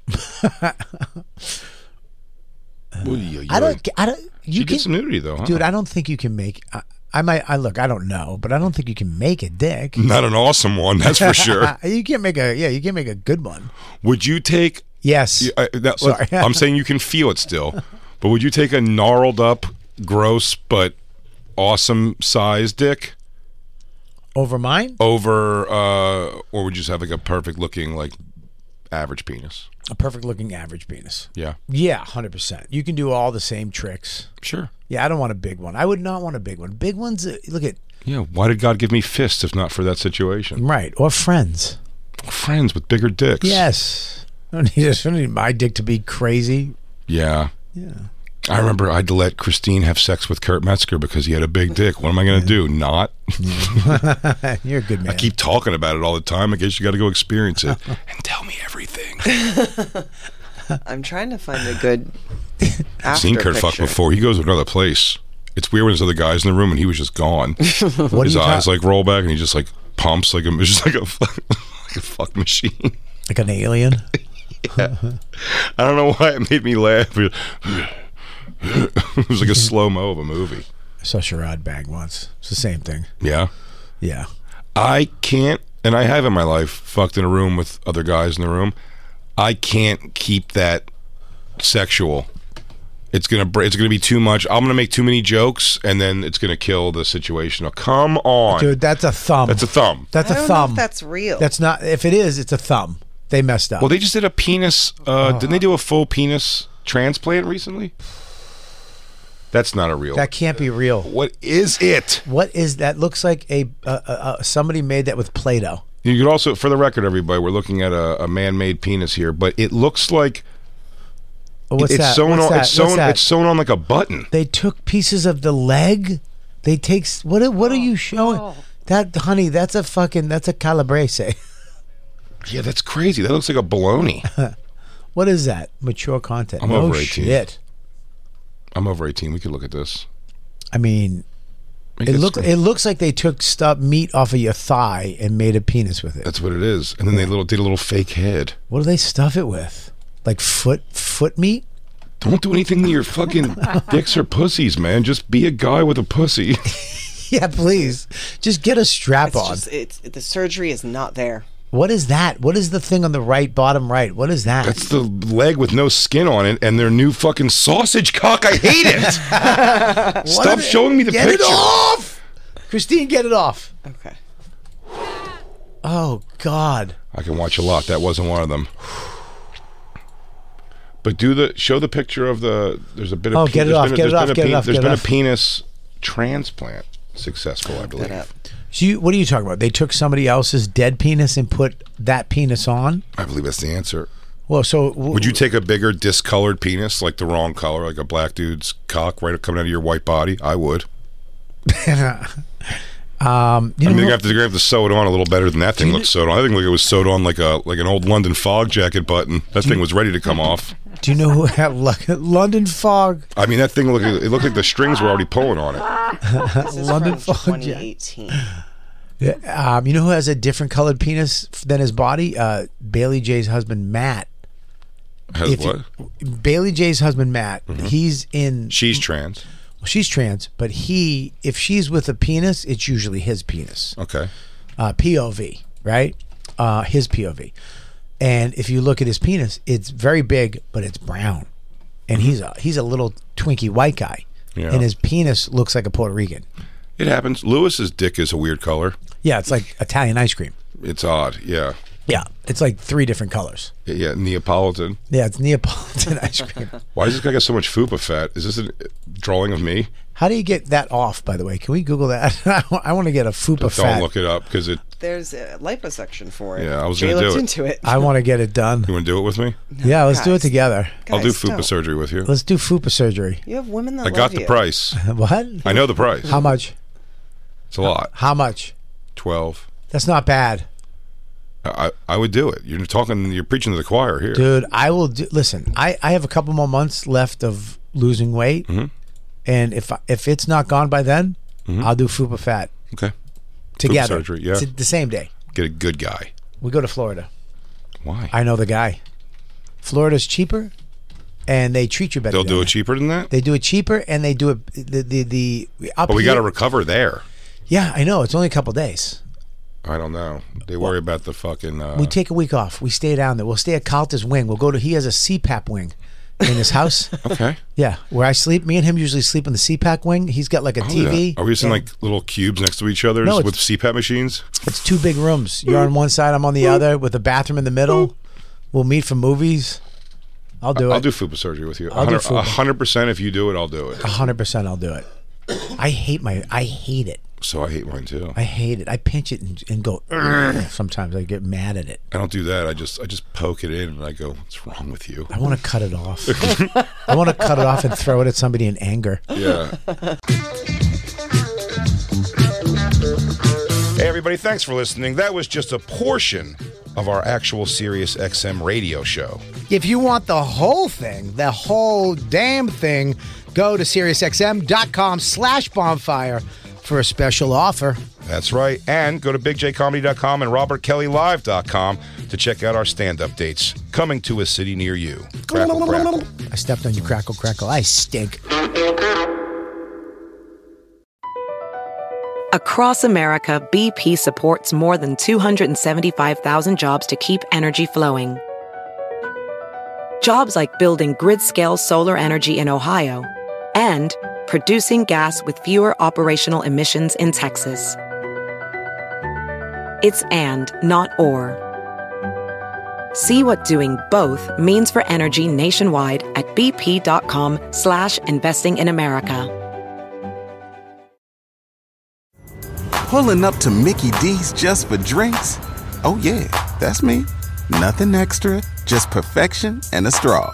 Ooh, you- I don't. I don't. You She can, gets some nudity though, huh? dude. I don't think you can make. I, I might. I look. I don't know, but I don't think you can make a dick. Not an awesome one, that's for sure. you can't make a. Yeah, you can't make a good one. Would you take Yes. Yeah, I, that, Sorry. I'm saying you can feel it still. But would you take a gnarled up, gross but awesome sized dick Over mine. over, uh, or would you just have like a perfect looking like average penis. A perfect looking average penis. Yeah, Yeah, 100%. You can do all the same tricks. sure. Yeah, I don't want a big one. I would not want a big one. Big ones, uh, look at, Yeah, why did God give me fists if not for that situation? right, or friends. Friends with bigger dicks. Yes. I don't need, I don't need my dick to be crazy. Yeah. Yeah. I remember I'd let Christine have sex with Kurt Metzger because he had a big dick. What am I going to do? Not. You're a good man. I keep talking about it all the time. I guess you got to go experience it and tell me everything. I'm trying to find a good. I've seen after Kurt fuck picture. before. He goes to another place. It's weird when there's other guys in the room and he was just gone. what His do you eyes call- like roll back and he just like pumps like a it's just like a, like a fuck machine. like an alien? I don't know why it made me laugh. it was like a slow mo of a movie. I saw Sherrod bag once. It's the same thing. Yeah. Yeah. I can't, and I have in my life fucked in a room with other guys in the room. I can't keep that sexual. It's gonna br- it's gonna be too much. I'm gonna make too many jokes, and then it's gonna kill the situation. Oh, come on, Dude, that's a thumb. that's a thumb. That's I a don't know thumb. if that's real. That's not, if it is, it's a thumb. They messed up. well, they just did a penis. Oh. Uh, Didn't they do a full penis transplant recently? That's not a real. that can't be real. what is it? What is that? Looks like a uh, uh, uh, somebody made that with Play-Doh. You could also, for the record, everybody, we're looking at a, a man-made penis here, but it looks like Oh, What's it's that? sewn What's on. that? It's What's sewn. that? It's sewn on like a button. They took pieces of the leg. They take s- what? are- What are Oh, you showing? That honey, that's a fucking that's a calabrese. Yeah, that's crazy. That looks like a baloney. What is that? Mature content. I'm no over 18. shit. I'm over 18. We could look at this. I mean, Make it it look sm- it looks like they took stuff meat off of your thigh and made a penis with it. That's what it is. And then they little did a little fake head. What do they stuff it with? Like foot foot meat? Don't do anything to your fucking dicks or pussies, man. Just be a guy with a pussy. Yeah, please. Just get a strap It's on. just it's the surgery is not there. What is that? What is the thing on the right, bottom right? What is that? That's the leg with no skin on it and their new fucking sausage cock. I hate it. Stop showing me the Get picture. it off, Christine. Get it off. Okay. Oh God. I can watch a lot. That wasn't one of them. But do the show the picture of the there's a bit of Oh, pe- get it there's off, been a- get it there's off, been a get it pe- off, There's get it been a off. penis transplant successful, I believe. That up. So you, what are you talking about? They took somebody else's dead penis and put that penis on. I believe that's the answer. Well, so w- Would you take a bigger discolored penis, like the wrong color, like a black dude's cock, right coming out of your white body? I would. you I mean, know you who- have to you're gonna have to sew it on a little better than that thing looks sewed on. I think like it was sewed on like a like an old London fog jacket button. That thing was ready to come off. do you know who had luck? London fog? I mean, that thing looked it looked like the strings were already pulling on it. This is London from fog, yeah. 2018. Um, you know who has a different colored penis f- than his body? Uh, Bailey J's husband Matt. Has If what? you- Bailey J's husband Matt. He's in. She's trans. She's trans, but he. If she's with a penis, it's usually his penis. Okay. uh, POV, right? Uh, his POV. And if you look at his penis, it's very big, but it's brown. And he's a he's a little twinky white guy. Yeah. And his penis looks like a Puerto Rican. It happens. Lewis's dick is a weird color. Yeah, it's like Italian ice cream. It's odd. Yeah. Yeah, it's like three different colors. Yeah. Neapolitan. Yeah, it's Neapolitan ice cream. Why does this guy got so much fupa fat? Is this a drawing of me? How do you get that off? By the way, can we Google that? I want to get a fupa Don't fat. look it up because it. There's a liposuction for it. Yeah, I was Jay gonna do looked it. into it. I want to get it done. You want to do it with me? yeah, let's do it guys. together. I'll do Guys, fupa don't. surgery with you. Let's do fupa surgery. You have women that I got love the you. price. What? I know the price. How much? It's a lot. How much? Twelve. That's not bad. I, I would do it. You're talking. You're preaching to the choir here. Dude, I will do, listen. I, I have a couple more months left of losing weight, Mm-hmm. and if I- if it's not gone by then, I'll do fupa fat Okay. together. Mm-hmm. surgery, yeah. It's the same day. Get a good guy. We go to Florida. Why? I know the guy. Florida's cheaper, and they treat you better. They'll down do there. it cheaper than that. They do it cheaper, and they do it the the, the up But we got to here- recover there. Yeah, I know. It's only a couple days. I don't know. They worry about the fucking. Uh, We take a week off. We stay down there. We'll stay at Calta's wing. We'll go to. He has a CPAP wing in his house. okay. Yeah, where I sleep, me and him usually sleep in the CPAC wing. He's got like a I'll do TV. that. Oh, Are we just in and like little cubes next to each other No, with CPAP machines? It's two big rooms. You're on one side, I'm on the other, with a bathroom in the middle. We'll meet for movies. I'll do I'll it. do fupa surgery with you. I'll do 100 fupa. 100% if you do it, I'll do it. hundred percent. I'll do it. I hate my. I hate it. So I hate mine too. I hate it. I pinch it and, and go. "Urgh." Sometimes I get mad at it. I don't do that. I just I just poke it in and I go, "What's wrong with you?" I want to cut it off. I want to cut it off and throw it at somebody in anger. Yeah. hey everybody, thanks for listening. That was just a portion of our actual Sirius XM radio show. If you want the whole thing, the whole damn thing, go to SiriusXM.com slash bonfire for a special offer. That's right. And go to bigjcomedy.com and robertkellylive.com to check out our stand-up dates coming to a city near you. Crackle, crackle. I stepped on you, crackle, crackle. I stink. Across America, BP supports more than 275,000 jobs to keep energy flowing. Jobs like building grid scale solar energy in Ohio and producing gas with fewer operational emissions in Texas. It's and, not or. See what doing both means for energy nationwide at bp.com slash investing in America. Pulling up to Mickey D's just for drinks? Oh, yeah, that's me. Nothing extra, just perfection and a straw.